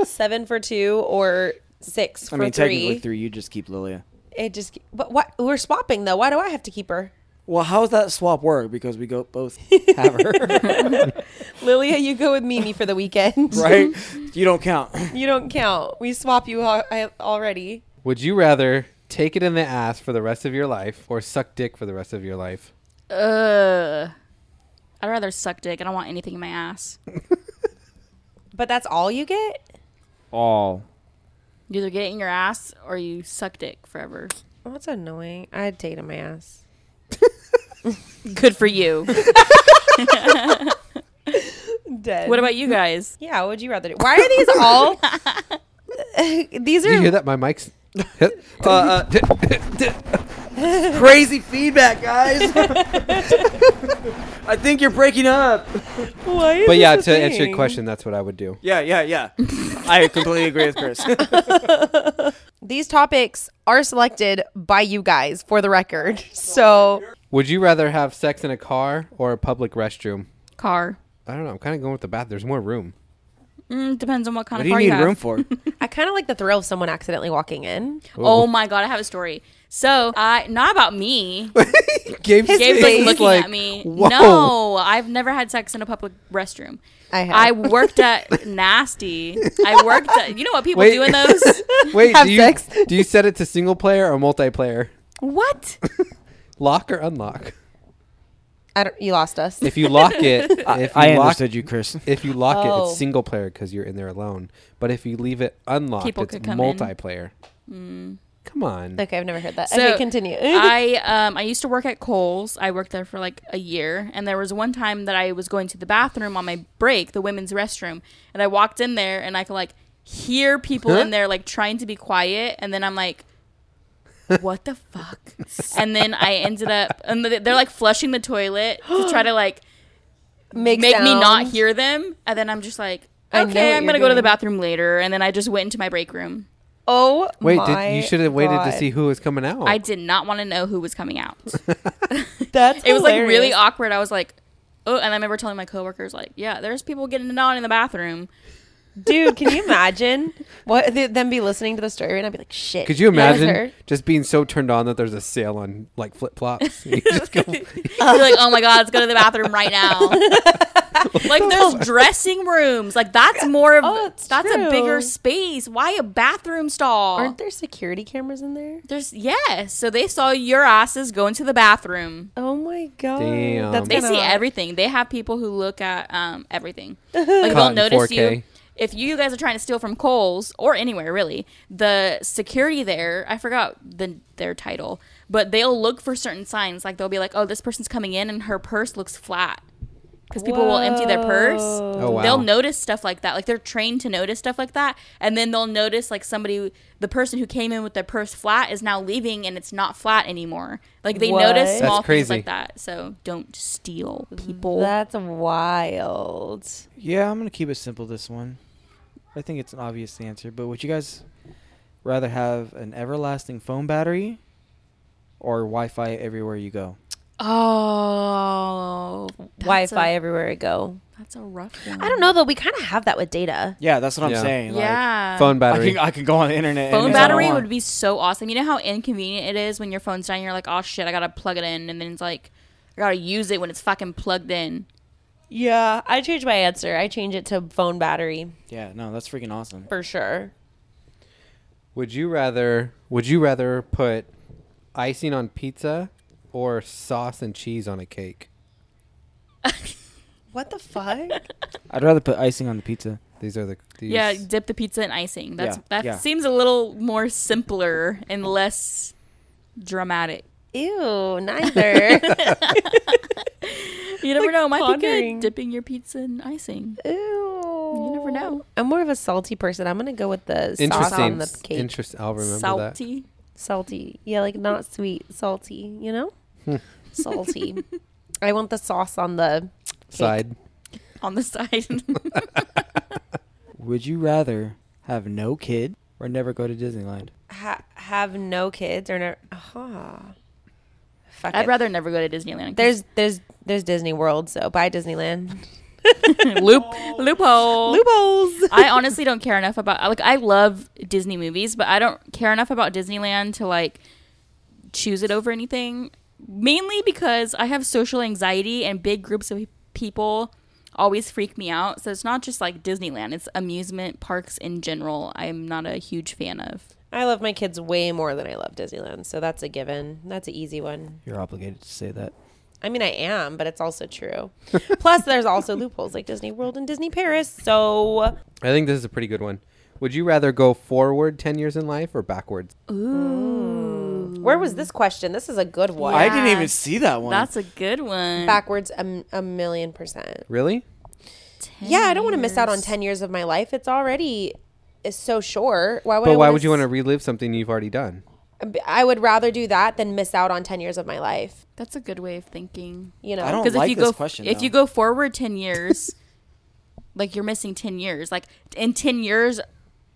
Speaker 2: Seven for two or six for
Speaker 1: I mean,
Speaker 2: three.
Speaker 1: technically three. You just keep Lilia.
Speaker 2: It just, but what we're swapping though. Why do I have to keep her?
Speaker 1: Well, how's that swap work? Because we go both have her,
Speaker 2: Lilia, you go with Mimi for the weekend.
Speaker 1: right? You don't count.
Speaker 2: You don't count. We swap you al- I- already.
Speaker 4: Would you rather take it in the ass for the rest of your life or suck dick for the rest of your life?
Speaker 3: Ugh. I'd rather suck dick. I don't want anything in my ass.
Speaker 2: But that's all you get?
Speaker 1: All.
Speaker 3: You either get it in your ass or you suck dick forever.
Speaker 2: Oh, that's annoying. I'd date him my ass.
Speaker 3: Good for you.
Speaker 2: Dead.
Speaker 3: what about you guys?
Speaker 2: Yeah, what would you rather do? Why are these all these
Speaker 4: Did you hear
Speaker 2: are
Speaker 4: that? My mic's.
Speaker 1: Crazy feedback, guys. I think you're breaking up.
Speaker 2: why is
Speaker 4: but yeah, to
Speaker 2: this a
Speaker 4: answer your
Speaker 2: thing?
Speaker 4: question, that's what I would do.
Speaker 1: Yeah, yeah, yeah. I completely agree with Chris.
Speaker 2: These topics are selected by you guys for the record. So
Speaker 4: Would you rather have sex in a car or a public restroom?
Speaker 3: Car.
Speaker 4: I don't know. I'm kind of going with the bath. There's more room.
Speaker 3: Mm, depends on what kind
Speaker 1: what
Speaker 3: of
Speaker 1: do you
Speaker 3: car
Speaker 1: need
Speaker 3: you, have.
Speaker 1: room for?
Speaker 2: I kinda like the thrill of someone accidentally walking in.
Speaker 3: Oh my god, I have a story. So, I not about me. Gabe's
Speaker 4: Gabe's,
Speaker 2: face
Speaker 3: like
Speaker 2: is
Speaker 3: looking
Speaker 4: like,
Speaker 3: at me.
Speaker 4: "Whoa."
Speaker 3: No, I've never had sex in a public restroom.
Speaker 2: I have.
Speaker 3: I worked at Nasty. I worked at. You know what people
Speaker 4: Wait.
Speaker 3: do in those?
Speaker 4: Wait,
Speaker 2: Have
Speaker 4: do you,
Speaker 2: sex.
Speaker 4: do you set it to single player or multiplayer?
Speaker 3: what?
Speaker 4: Lock or unlock?
Speaker 2: I don't, you lost us.
Speaker 4: If you lock it, if you
Speaker 6: I
Speaker 4: lock,
Speaker 6: understood you, Chris.
Speaker 4: If you lock it,
Speaker 2: Oh.
Speaker 4: it's single player because you're in there alone. But if you leave it unlocked,
Speaker 3: People
Speaker 4: it's
Speaker 3: could come in. Hmm.
Speaker 4: multiplayer. Come on.
Speaker 2: okay, I've never heard that.
Speaker 3: So,
Speaker 2: okay, continue.
Speaker 3: I um I used to work at Kohl's. I worked there for like a year, and there was one time that I was going to the bathroom on my break, the women's restroom, and I walked in there, and I could like hear people in there like trying to be quiet, and then I'm like. What the fuck? and then I ended up, and th- they're like flushing the toilet to try to like
Speaker 2: make
Speaker 3: make me not
Speaker 2: sounds.
Speaker 3: hear them. And then I'm just like,
Speaker 2: I know what
Speaker 3: okay, I'm
Speaker 2: you're
Speaker 3: gonna go to the
Speaker 2: doing.
Speaker 3: bathroom later. And then I just went into my break room.
Speaker 2: Oh,
Speaker 4: Wait,
Speaker 2: my
Speaker 4: did, you should have waited
Speaker 2: God.
Speaker 4: to see who was coming out.
Speaker 3: I did not want to know who was coming out.
Speaker 2: That's
Speaker 3: it was like really
Speaker 2: hilarious.
Speaker 3: awkward. I was like, oh, and I remember telling my coworkers like, yeah, there's people getting on in the bathroom.
Speaker 2: dude. Can you imagine what th- them be listening to the story right now? and Be like, shit.
Speaker 4: Could you
Speaker 2: that was
Speaker 4: imagine
Speaker 2: her?
Speaker 4: just being so turned on that there's a sale on like flip flops? You just go,
Speaker 3: You're like, oh my god, let's go to the bathroom right now. like there's dressing rooms. Like that's more of
Speaker 2: Oh, it's
Speaker 3: that's a bigger
Speaker 2: true.
Speaker 3: space. Why a bathroom stall?
Speaker 2: Aren't there security cameras in there?
Speaker 3: there's yes. So they saw your asses going to the bathroom.
Speaker 2: Oh my god.
Speaker 4: Damn.
Speaker 2: That's
Speaker 3: They
Speaker 2: kinda
Speaker 3: see
Speaker 2: hot.
Speaker 3: everything. They have people who look at um, everything. Like
Speaker 4: Caught
Speaker 3: they'll
Speaker 4: in
Speaker 3: notice
Speaker 4: 4K.
Speaker 3: you if you guys are trying to steal from Kohl's or anywhere really. The security there, I forgot the their title, but they'll look for certain signs. Like they'll be like, "Oh, this person's coming in, and her purse looks flat," because people will empty their purse.
Speaker 2: Whoa.
Speaker 4: Oh, wow.
Speaker 3: They'll notice stuff like that. Like they're trained to notice stuff like that, and then they'll notice like somebody, the person who came in with their purse flat is now leaving, and it's not flat anymore. Like they
Speaker 2: What?
Speaker 3: notice
Speaker 2: That's
Speaker 3: small things
Speaker 4: crazy.
Speaker 3: like that. So don't steal people.
Speaker 2: That's wild.
Speaker 6: Yeah, I'm gonna keep it simple this one. I think it's an obvious answer, but would you guys rather have an everlasting phone battery or Wi-Fi everywhere you go?
Speaker 3: oh, that's
Speaker 2: Wi-Fi
Speaker 3: a-
Speaker 2: everywhere I go.
Speaker 3: That's a rough one.
Speaker 2: I don't know though. We kind of have that with data.
Speaker 6: Yeah, that's what
Speaker 4: Yeah.
Speaker 6: I'm saying. like,
Speaker 3: Yeah.
Speaker 4: phone
Speaker 6: I
Speaker 4: battery.
Speaker 6: can I can go on the internet.
Speaker 3: Phone
Speaker 6: anytime I
Speaker 3: battery
Speaker 6: want.
Speaker 3: would be so awesome. You know how inconvenient it is when your phone's dying. You're like, oh shit, I gotta plug it in, and then it's like, I gotta use it when it's fucking plugged in.
Speaker 2: Yeah, I changed my answer. I change it to phone battery
Speaker 6: Yeah, no, that's freaking awesome.
Speaker 2: for sure.
Speaker 4: Would you rather? Would you rather put icing on pizza or sauce and cheese on a cake?
Speaker 2: What the fuck?
Speaker 6: I'd rather put icing on the pizza.
Speaker 4: These are the these,
Speaker 3: Yeah, dip the pizza in icing. That's
Speaker 6: Yeah,
Speaker 3: that
Speaker 6: yeah.
Speaker 3: seems a little more simpler and less dramatic.
Speaker 2: Ew, neither.
Speaker 3: You never know. Might
Speaker 2: pondering.
Speaker 3: be good dipping your pizza in icing.
Speaker 2: Ew.
Speaker 3: You
Speaker 2: You
Speaker 3: never know.
Speaker 2: I'm more of a salty person. I'm gonna go with the sauce on
Speaker 4: interesting.
Speaker 2: the cake.
Speaker 4: Interesting. I'll remember that.
Speaker 3: Salty.
Speaker 2: salty. Yeah, like not sweet, salty. You know, salty. I want the sauce on the
Speaker 4: Side.
Speaker 3: on the side.
Speaker 6: Would you rather have no kid or never go to Disneyland?
Speaker 2: ha- have no kids or no. Uh-huh. Fuck
Speaker 3: I'd
Speaker 2: it.
Speaker 3: rather never go to Disneyland. 'cause
Speaker 2: There's there's there's Disney World, so buy Disneyland.
Speaker 3: loop loophole.
Speaker 2: Loopholes.
Speaker 3: I honestly don't care enough about like I love Disney movies, but I don't care enough about Disneyland to like choose it over anything. Mainly because I have social anxiety and big groups of people always freak me out. So it's not just like Disneyland, it's amusement parks in general. I'm not a huge fan of.
Speaker 2: I love my kids way more than I love Disneyland, so that's a given. That's an easy one.
Speaker 6: You're obligated to say that.
Speaker 2: I mean, I am, but it's also true. Plus, there's also loopholes like Disney World and Disney Paris. So,
Speaker 4: I think this is a pretty good one. Would you rather go forward ten years in life or backwards?
Speaker 2: where was this question? This is a good one.
Speaker 6: I didn't
Speaker 3: Yeah.
Speaker 6: even see that one.
Speaker 3: That's a good one.
Speaker 2: Backwards a, m- a million percent.
Speaker 4: Really?
Speaker 2: Yeah, I don't want to miss out on 10 years of my life. It's already is so short. Why would I
Speaker 4: But why
Speaker 2: wanna
Speaker 4: would you want to
Speaker 2: s-
Speaker 4: relive something you've already done?
Speaker 2: I would rather do that than miss out on 10 years of my life.
Speaker 3: That's a good way of thinking.
Speaker 2: You know,
Speaker 6: I don't
Speaker 3: because if
Speaker 6: like
Speaker 3: you
Speaker 6: this
Speaker 3: go
Speaker 6: question,
Speaker 3: if
Speaker 6: though.
Speaker 3: you go forward 10 years like you're missing 10 years like in 10 years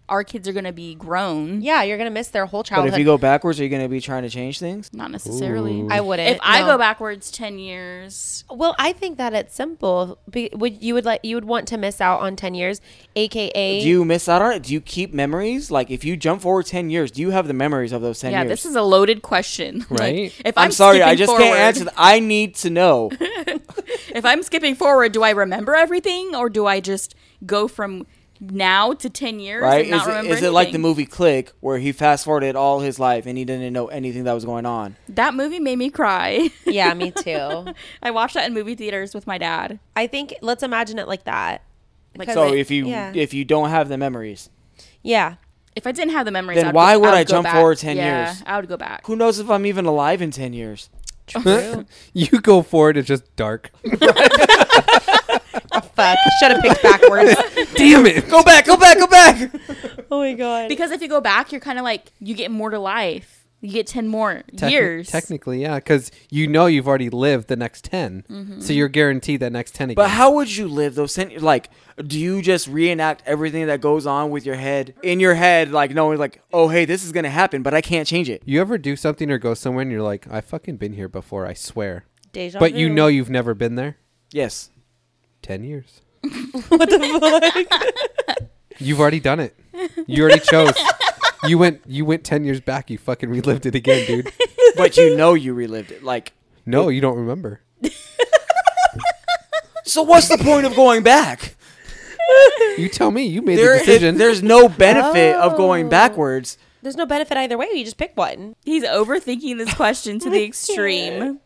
Speaker 3: our kids are going to be grown
Speaker 2: yeah, you're gonna miss their whole
Speaker 6: but
Speaker 2: childhood.
Speaker 6: if you go backwards, are you going to be trying to change things?
Speaker 3: not necessarily
Speaker 2: I wouldn't.
Speaker 3: if i
Speaker 2: no.
Speaker 3: go backwards 10 years
Speaker 2: well, I think that it's simple. Be, would you would like you would want to miss out on 10 years, aka
Speaker 6: Do you miss out on it? Do you keep memories? Like, if you jump forward 10 years, do you have the memories of those 10
Speaker 3: yeah
Speaker 6: years?
Speaker 3: this is a loaded question Like,
Speaker 4: Right.
Speaker 3: if
Speaker 6: I'm,
Speaker 3: i'm,
Speaker 6: sorry, I
Speaker 3: skipping
Speaker 6: just
Speaker 3: forward,
Speaker 6: can't answer that. I need to know.
Speaker 3: if i'm skipping forward do i remember everything or do i just go from now to 10 years
Speaker 1: right?
Speaker 3: and not
Speaker 1: Is it,
Speaker 3: remember
Speaker 1: is it like the
Speaker 3: anything.
Speaker 1: movie Click, where he fast forwarded all his life and he didn't know anything that was going on?
Speaker 3: That movie made me cry.
Speaker 2: Yeah, me too.
Speaker 3: I watched that in movie theaters with my dad.
Speaker 2: I think let's imagine it like that. Because
Speaker 1: So
Speaker 2: it-
Speaker 1: if you
Speaker 2: yeah.
Speaker 1: if you don't have the memories,
Speaker 2: yeah,
Speaker 3: If I didn't have the memories,
Speaker 1: Then
Speaker 3: I'd
Speaker 1: why
Speaker 3: go,
Speaker 1: would
Speaker 3: I'd
Speaker 1: I
Speaker 3: go
Speaker 1: jump
Speaker 3: back.
Speaker 1: forward 10
Speaker 3: Yeah,
Speaker 1: years?
Speaker 3: I would go back.
Speaker 1: who knows if I'm even alive in ten years?
Speaker 2: true.
Speaker 4: you go forward, it's just dark.
Speaker 2: Fuck, should have picked backwards.
Speaker 4: Damn it! Go back, go back, go back.
Speaker 2: oh my god.
Speaker 3: Because if you go back, you're kind of like you get more to life. You get 10 more years.
Speaker 4: Technically, yeah, because you know you've already lived the next 10 so you're guaranteed that next ten again.
Speaker 1: But how would you live those? Sen- like, do you just reenact everything that goes on with your head in your head, like knowing, like, oh hey, this is gonna happen, but I can't change it.
Speaker 4: you ever do something or go somewhere and you're like, I fucking been here before, I swear.
Speaker 2: Deja
Speaker 4: But you
Speaker 2: vu.
Speaker 4: know you've never been there.
Speaker 1: Yes,
Speaker 4: Ten years. what the fuck? You've already done it. You already chose. You went. You went ten years back. You fucking relived it again, dude.
Speaker 1: but you know you relived it. Like,
Speaker 4: No, you don't remember.
Speaker 1: so what's the point of going back?
Speaker 4: You tell me. You made
Speaker 1: There,
Speaker 4: the decision.
Speaker 1: there's no benefit of going backwards.
Speaker 2: there's no benefit either way. You just pick one.
Speaker 3: He's overthinking this question to the extreme.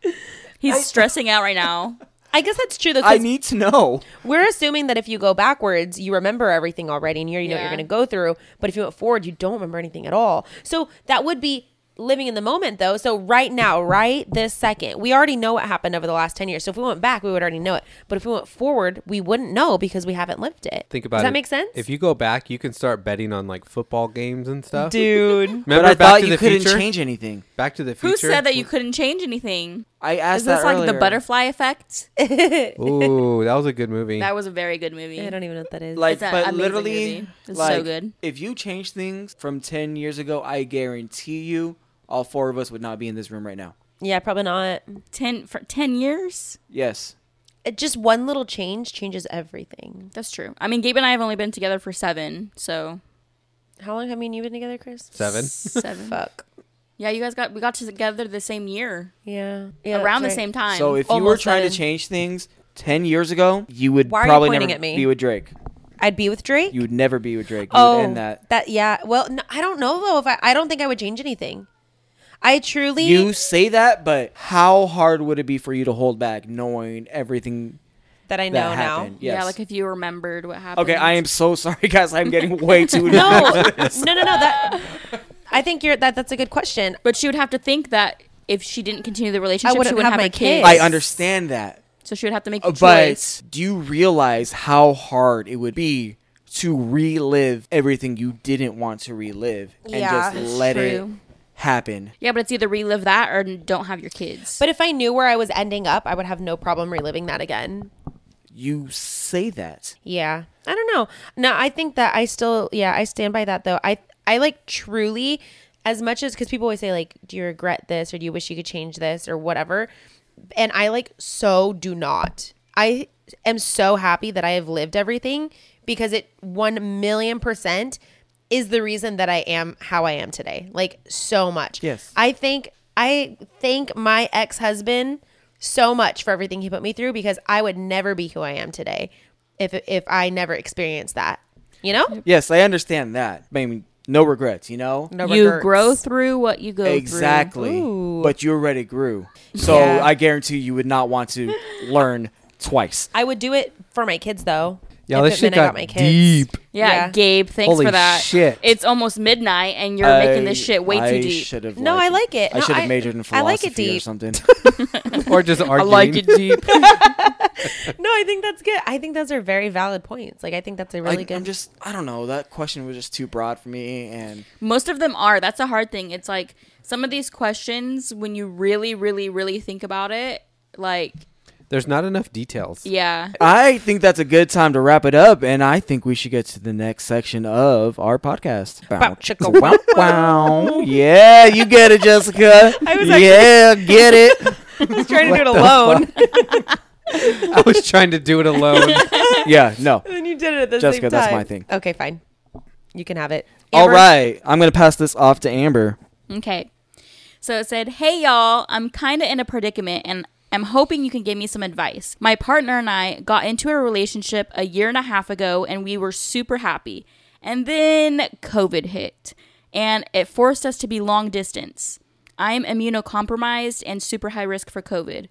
Speaker 3: He's stressing out right now.
Speaker 2: I guess that's true though.
Speaker 1: I
Speaker 2: 'cause
Speaker 1: need to know.
Speaker 2: we're assuming that if you go backwards, you remember everything already, and you already know what you're
Speaker 3: Yeah.
Speaker 2: going to go through. But if you went forward, you don't remember anything at all. So that would be living in the moment, though. So right now, right this second, we already know what happened over the last ten years. So if we went back, we would already know it. But if we went forward, we wouldn't know because we haven't lived it.
Speaker 4: Think about it.
Speaker 2: Does that make sense?
Speaker 4: If you go back, you can start betting on like football games and stuff.
Speaker 2: dude.
Speaker 4: Remember
Speaker 1: but I
Speaker 4: Back
Speaker 1: thought
Speaker 4: to
Speaker 1: you
Speaker 4: the
Speaker 1: couldn't
Speaker 4: Future?
Speaker 1: change anything.
Speaker 4: Back to the Future.
Speaker 3: Who said that you couldn't change anything?
Speaker 1: I asked
Speaker 3: Is this
Speaker 1: that
Speaker 3: like the
Speaker 1: earlier.
Speaker 3: butterfly effect?
Speaker 4: Ooh, that was a good movie.
Speaker 3: That was a very good movie.
Speaker 2: I don't even know what that is.
Speaker 1: Like,
Speaker 3: It's a
Speaker 1: but
Speaker 3: amazing
Speaker 1: literally,
Speaker 3: movie. It's so
Speaker 1: like,
Speaker 3: good.
Speaker 1: If you change things from ten years ago, I guarantee you, all four of us would not be in this room right now.
Speaker 2: yeah, probably not.
Speaker 3: Ten for ten years.
Speaker 1: Yes.
Speaker 2: It, just one little change changes everything.
Speaker 3: That's true. I mean, Gabe and I have only been together for seven. So
Speaker 2: How long have me and you been together, Chris?
Speaker 4: Seven.
Speaker 3: seven.
Speaker 2: Fuck.
Speaker 3: yeah, you guys got we got together the same year,
Speaker 2: Yeah. yeah
Speaker 3: around the
Speaker 2: that's right.
Speaker 3: same time. Oh,
Speaker 1: So if you were
Speaker 3: Almost
Speaker 1: trying to
Speaker 3: seven.
Speaker 1: change things ten years ago, you would
Speaker 2: Why are you
Speaker 1: probably
Speaker 2: pointing
Speaker 1: never
Speaker 2: at me?
Speaker 1: be with Drake.
Speaker 2: I'd be with Drake.
Speaker 1: You would never be with Drake. You
Speaker 2: oh,
Speaker 1: would end that.
Speaker 2: yeah. Well, no, I don't know though. If I, I don't think I would change anything. I truly.
Speaker 1: You say that, but how hard would it be for you to hold back knowing everything
Speaker 2: that I know
Speaker 1: that
Speaker 2: now.
Speaker 1: happened? Yes.
Speaker 3: Yeah, like if you remembered what happened.
Speaker 1: okay, I am so sorry, guys. I'm getting way too.
Speaker 2: No, no, no, no. That I think you're that. That's a good question.
Speaker 3: But she would have to think that if she didn't continue the relationship, she
Speaker 2: wouldn't
Speaker 3: wouldn't
Speaker 2: have
Speaker 3: have,
Speaker 2: my
Speaker 3: a kid.
Speaker 2: kids.
Speaker 1: I understand that,
Speaker 3: So she would have to make a
Speaker 1: but
Speaker 3: choice.
Speaker 1: do you realize how hard it would be? To relive everything you didn't want to relive and
Speaker 2: Yeah,
Speaker 1: just
Speaker 2: that's
Speaker 1: let
Speaker 3: true.
Speaker 1: it happen.
Speaker 3: Yeah, but it's either relive that or n- don't have your kids.
Speaker 2: But if I knew where I was ending up, I would have no problem reliving that again.
Speaker 1: You say that.
Speaker 2: Yeah. I don't know. No, I think that I still yeah, I stand by that though. I I like truly as much as cuz people always say like do you regret this or do you wish you could change this or whatever. And I like so do not. I am so happy that I have lived everything because it 1 million percent is the reason that I am how I am today. Like so much.
Speaker 1: Yes.
Speaker 2: I think I thank my ex-husband so much for everything he put me through because I would never be who I am today if if I never experienced that. You know?
Speaker 1: Yes, I understand that. I mean, no regrets, you know?
Speaker 2: No
Speaker 3: you
Speaker 2: regrets.
Speaker 3: grow through what you go through.
Speaker 1: Exactly. But you already grew. So
Speaker 2: Yeah.
Speaker 1: I guarantee you would not want to learn twice.
Speaker 2: I would do it for my kids though.
Speaker 4: Yeah,
Speaker 2: If
Speaker 4: this
Speaker 2: it
Speaker 4: shit
Speaker 2: meant I
Speaker 4: got, deep.
Speaker 3: Yeah, Gabe, thanks
Speaker 4: Holy
Speaker 3: for that.
Speaker 4: shit.
Speaker 3: It's almost midnight and you're making this shit way too deep.
Speaker 1: Should have
Speaker 2: No, I like it.
Speaker 1: I
Speaker 2: No,
Speaker 1: should
Speaker 2: I-
Speaker 1: have majored in
Speaker 2: I
Speaker 1: philosophy
Speaker 2: like it
Speaker 1: or
Speaker 2: deep.
Speaker 1: something.
Speaker 4: or just arguing.
Speaker 3: deep.
Speaker 2: No, I think that's good. I think those are very valid points. Like I think that's a really
Speaker 1: Like,
Speaker 2: good
Speaker 1: I'm just, I don't know. That question was just too broad for me. And
Speaker 3: Most of them are. That's a hard thing. It's like some of these questions when you really, really, really think about it, like
Speaker 4: There's not enough details.
Speaker 3: yeah.
Speaker 1: I think that's a good time to wrap it up. And I think we should get to the next section of our podcast. Bow,
Speaker 2: chicka,
Speaker 1: chicka, wow, wow. Yeah, you get it, Jessica. yeah, get it.
Speaker 2: trying to do it alone.
Speaker 4: I was trying to do it alone.
Speaker 1: Yeah, no.
Speaker 2: and you did it at the
Speaker 1: Jessica, that's my thing.
Speaker 2: Okay, fine. You can have it.
Speaker 1: All
Speaker 2: Amber,
Speaker 1: right, I'm gonna pass this off to Amber.
Speaker 3: Okay. So it said, "Hey y'all, I'm kind of in a predicament and I'm hoping you can give me some advice. My partner and I got into a relationship a year and a half ago and we were super happy. And then COVID hit and it forced us to be long distance. I'm immunocompromised and super high risk for COVID.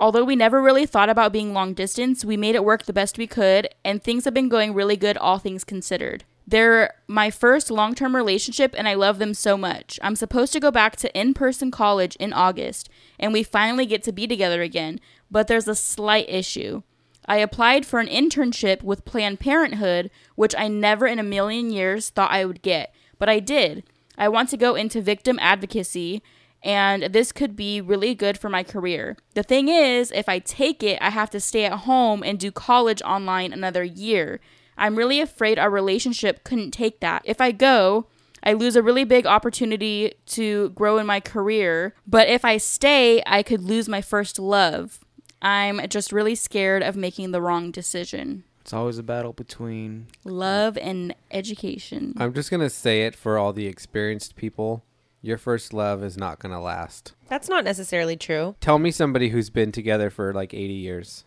Speaker 3: Although we never really thought about being long distance, we made it work the best we could, and things have been going really good, all things considered. They're my first long term relationship, and I love them so much. I'm supposed to go back to in person college in August, and we finally get to be together again, but there's a slight issue. I applied for an internship with Planned Parenthood, which I never in a million years thought I would get, but I did. I want to go into victim advocacy, and this could be really good for my career. The thing is, if I take it, I have to stay at home and do college online another year. I'm really afraid our relationship couldn't take that. If I go, I lose a really big opportunity to grow in my career, but if I stay, I could lose my first love. I'm just really scared of making the wrong decision.
Speaker 1: It's always a battle between
Speaker 3: Love and education.
Speaker 4: I'm just gonna say it for all the experienced people. Your first love is not gonna last.
Speaker 2: That's not necessarily true.
Speaker 4: Tell me somebody who's been together for like 80 years.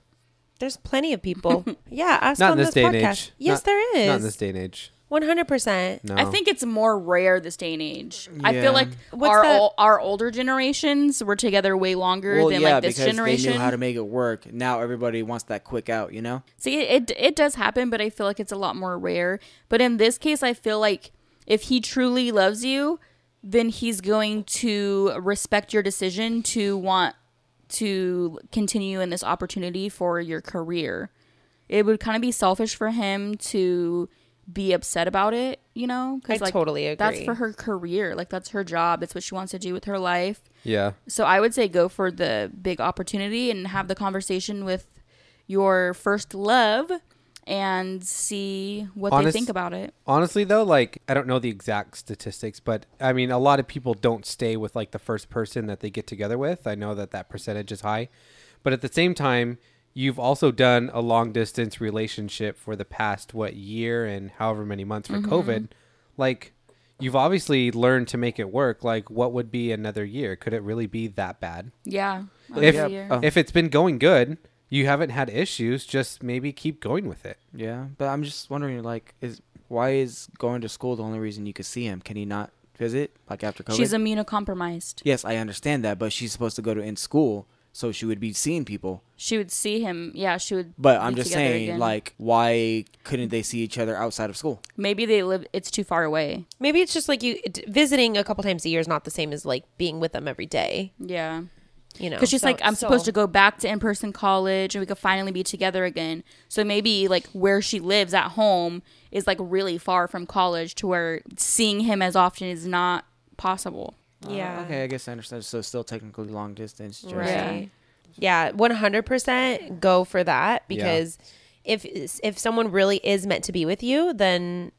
Speaker 2: There's plenty of people. yeah, ask
Speaker 4: Not
Speaker 2: on
Speaker 4: in this day and
Speaker 2: podcast.
Speaker 4: age.
Speaker 2: Yes,
Speaker 4: Not-
Speaker 2: there
Speaker 4: Not in this
Speaker 2: is.
Speaker 4: day and age.
Speaker 2: One hundred percent.
Speaker 4: No.
Speaker 3: I think it's more rare this day and age. I
Speaker 1: Yeah.
Speaker 3: feel like
Speaker 2: What's
Speaker 3: our
Speaker 2: that-
Speaker 3: ol- our older generations were together way longer
Speaker 1: well,
Speaker 3: than
Speaker 1: yeah,
Speaker 3: like this
Speaker 1: because
Speaker 3: generation.
Speaker 1: they knew how to make it work. Now everybody wants that quick out, you know.
Speaker 3: See, it it does happen, but I feel like it's a lot more rare. But in this case, I feel like if he truly loves you, then he's going to respect your decision to want to continue in this opportunity for your career. It would kind of be selfish for him to be upset about it, you know?
Speaker 2: I totally
Speaker 3: That's
Speaker 2: agree.
Speaker 3: for her career. Like that's her job. It's what she wants to do with her life.
Speaker 4: Yeah.
Speaker 3: So I would say go for the big opportunity and have the conversation with your first love and see what
Speaker 4: Honest-
Speaker 3: they think about it.
Speaker 4: Honestly, though, like I don't know the exact statistics, but I mean, a lot of people don't stay with like the first person that they get together with. I know that that percentage is high, but at the same time, you've also done a long distance relationship for the past what year and however many months for
Speaker 3: Mm-hmm.
Speaker 4: COVID. Like, you've obviously learned to make it work. Like, what would be another year? Could it really be that bad?
Speaker 3: Yeah.
Speaker 4: if
Speaker 3: Another year.
Speaker 4: if it's been going good, you haven't had issues. Just maybe keep going with it.
Speaker 1: Yeah, but I'm just wondering, like, is why is going to school the only reason you could see him? Can he not visit uh, like after COVID?
Speaker 3: She's immunocompromised.
Speaker 1: yes, I understand that, but she's supposed to go to in school, so she would be seeing people.
Speaker 3: She would see him. Yeah, she would.
Speaker 1: But
Speaker 3: be
Speaker 1: I'm just
Speaker 3: together
Speaker 1: saying,
Speaker 3: again.
Speaker 1: like, why couldn't they see each other outside of school?
Speaker 3: maybe they live. It's too far away.
Speaker 2: Maybe it's just like you d- visiting a couple times a year is not the same as like being with them every day.
Speaker 3: Yeah.
Speaker 2: You know,
Speaker 3: because she's like i'm supposed to go back to in-person college and we could finally be together again so maybe like where she lives at home is like really far from college to where seeing him as often is not possible
Speaker 2: Yeah.
Speaker 1: Oh, Okay, I guess I understand. So still technically long distance. Just,
Speaker 2: Right. Yeah, one hundred percent go for that because if if someone really is meant to be with you, then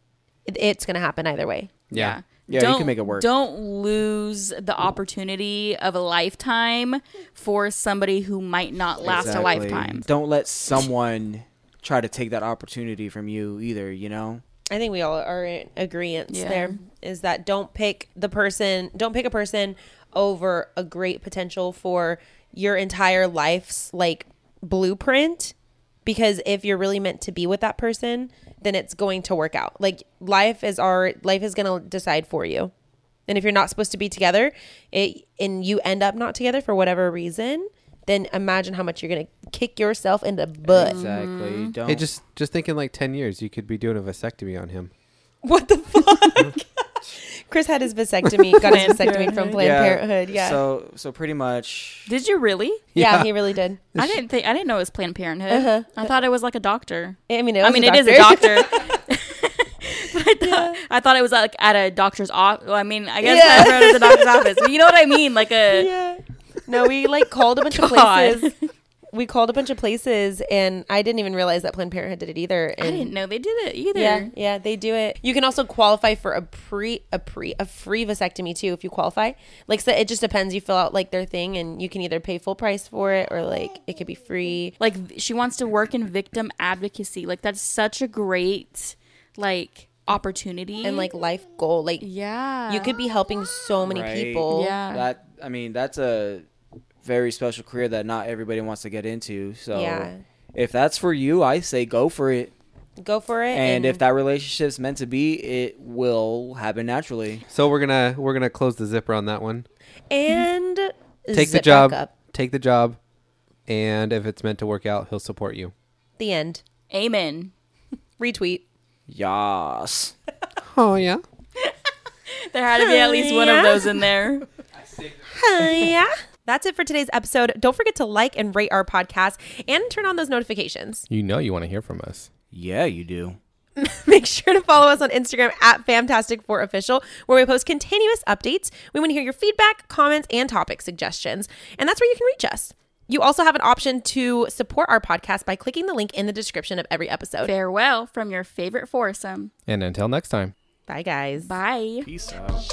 Speaker 2: it- it's gonna happen either way.
Speaker 4: Yeah.
Speaker 1: Yeah, you can make it work.
Speaker 3: Don't lose the opportunity of a lifetime for somebody who might not last a
Speaker 1: Exactly.
Speaker 3: lifetime.
Speaker 1: Don't let someone try to take that opportunity from you either. You know.
Speaker 2: I think we all are in agreement
Speaker 3: Yeah.
Speaker 2: there is that don't pick the person, don't pick a person over a great potential for your entire life's like blueprint because if you're really meant to be with that person, then it's going to work out. Like life is our life is going to decide for you. And if you're not supposed to be together, it and you end up not together for whatever reason, then imagine how much you're going to kick yourself in the butt.
Speaker 3: Mm-hmm.
Speaker 1: Exactly. Don't.
Speaker 4: Hey, just just think in like 10 years, you could be doing a vasectomy on him.
Speaker 2: What the fuck? Chris had his vasectomy, got his vasectomy from Planned
Speaker 1: Yeah,
Speaker 2: Parenthood. Yeah.
Speaker 1: So so pretty much.
Speaker 3: Did you really?
Speaker 2: yeah,
Speaker 4: Yeah.
Speaker 2: he really did.
Speaker 3: I didn't think I didn't know it was Planned Parenthood. I thought it was like a doctor.
Speaker 2: I mean, it
Speaker 3: I
Speaker 2: was
Speaker 3: mean,
Speaker 2: a
Speaker 3: it is a
Speaker 2: doctor.
Speaker 3: doctor. But I, thought, I thought it was like at a doctor's office. I mean, I guess
Speaker 2: Yeah.
Speaker 3: I read it at the doctor's office. But you know what I mean? Like uh, a
Speaker 2: yeah. No, we like called a bunch of
Speaker 3: God.
Speaker 2: places. We called a bunch of places, and I didn't even realize that Planned Parenthood did it either. And
Speaker 3: I didn't know they did it either.
Speaker 2: Yeah, yeah, they do it. You can also qualify for a pre a pre a free vasectomy too if you qualify. Like so it just depends. You fill out like their thing and you can either pay full price for it or like it could be free.
Speaker 3: Like v- she wants to work in victim advocacy. Like that's such a great like opportunity.
Speaker 2: And like life goal. Like
Speaker 3: yeah,
Speaker 2: you could be helping so many
Speaker 1: Right.
Speaker 2: people.
Speaker 3: yeah.
Speaker 1: That I mean that's a very special career that not everybody wants to get into. So
Speaker 2: Yeah.
Speaker 1: if that's for you, I say go for it.
Speaker 2: Go for it.
Speaker 1: And if that relationship's meant to be, it will happen naturally.
Speaker 4: So we're gonna we're gonna close the zipper on that one.
Speaker 2: and zip
Speaker 4: Take the
Speaker 2: back
Speaker 4: job.
Speaker 2: up.
Speaker 4: Take the job, and if it's meant to work out, he'll support you.
Speaker 2: The end.
Speaker 3: Amen.
Speaker 2: Retweet.
Speaker 1: Yas.
Speaker 4: Oh yeah.
Speaker 3: There had to be at least one
Speaker 2: Yeah.
Speaker 3: of those in there.
Speaker 2: yeah. That's it for today's episode. Don't forget to like and rate our podcast and turn on those notifications.
Speaker 7: You know you want to hear from us.
Speaker 1: Yeah, you do.
Speaker 2: Make sure to follow us on Instagram at Fantastic4Official, where we post continuous updates. We want to hear your feedback, comments, and topic suggestions. And that's where you can reach us. You also have an option to support our podcast by clicking the link in the description of every episode.
Speaker 3: Farewell from your favorite foursome.
Speaker 7: And until next time.
Speaker 2: Bye, guys.
Speaker 3: Bye.
Speaker 1: Peace out.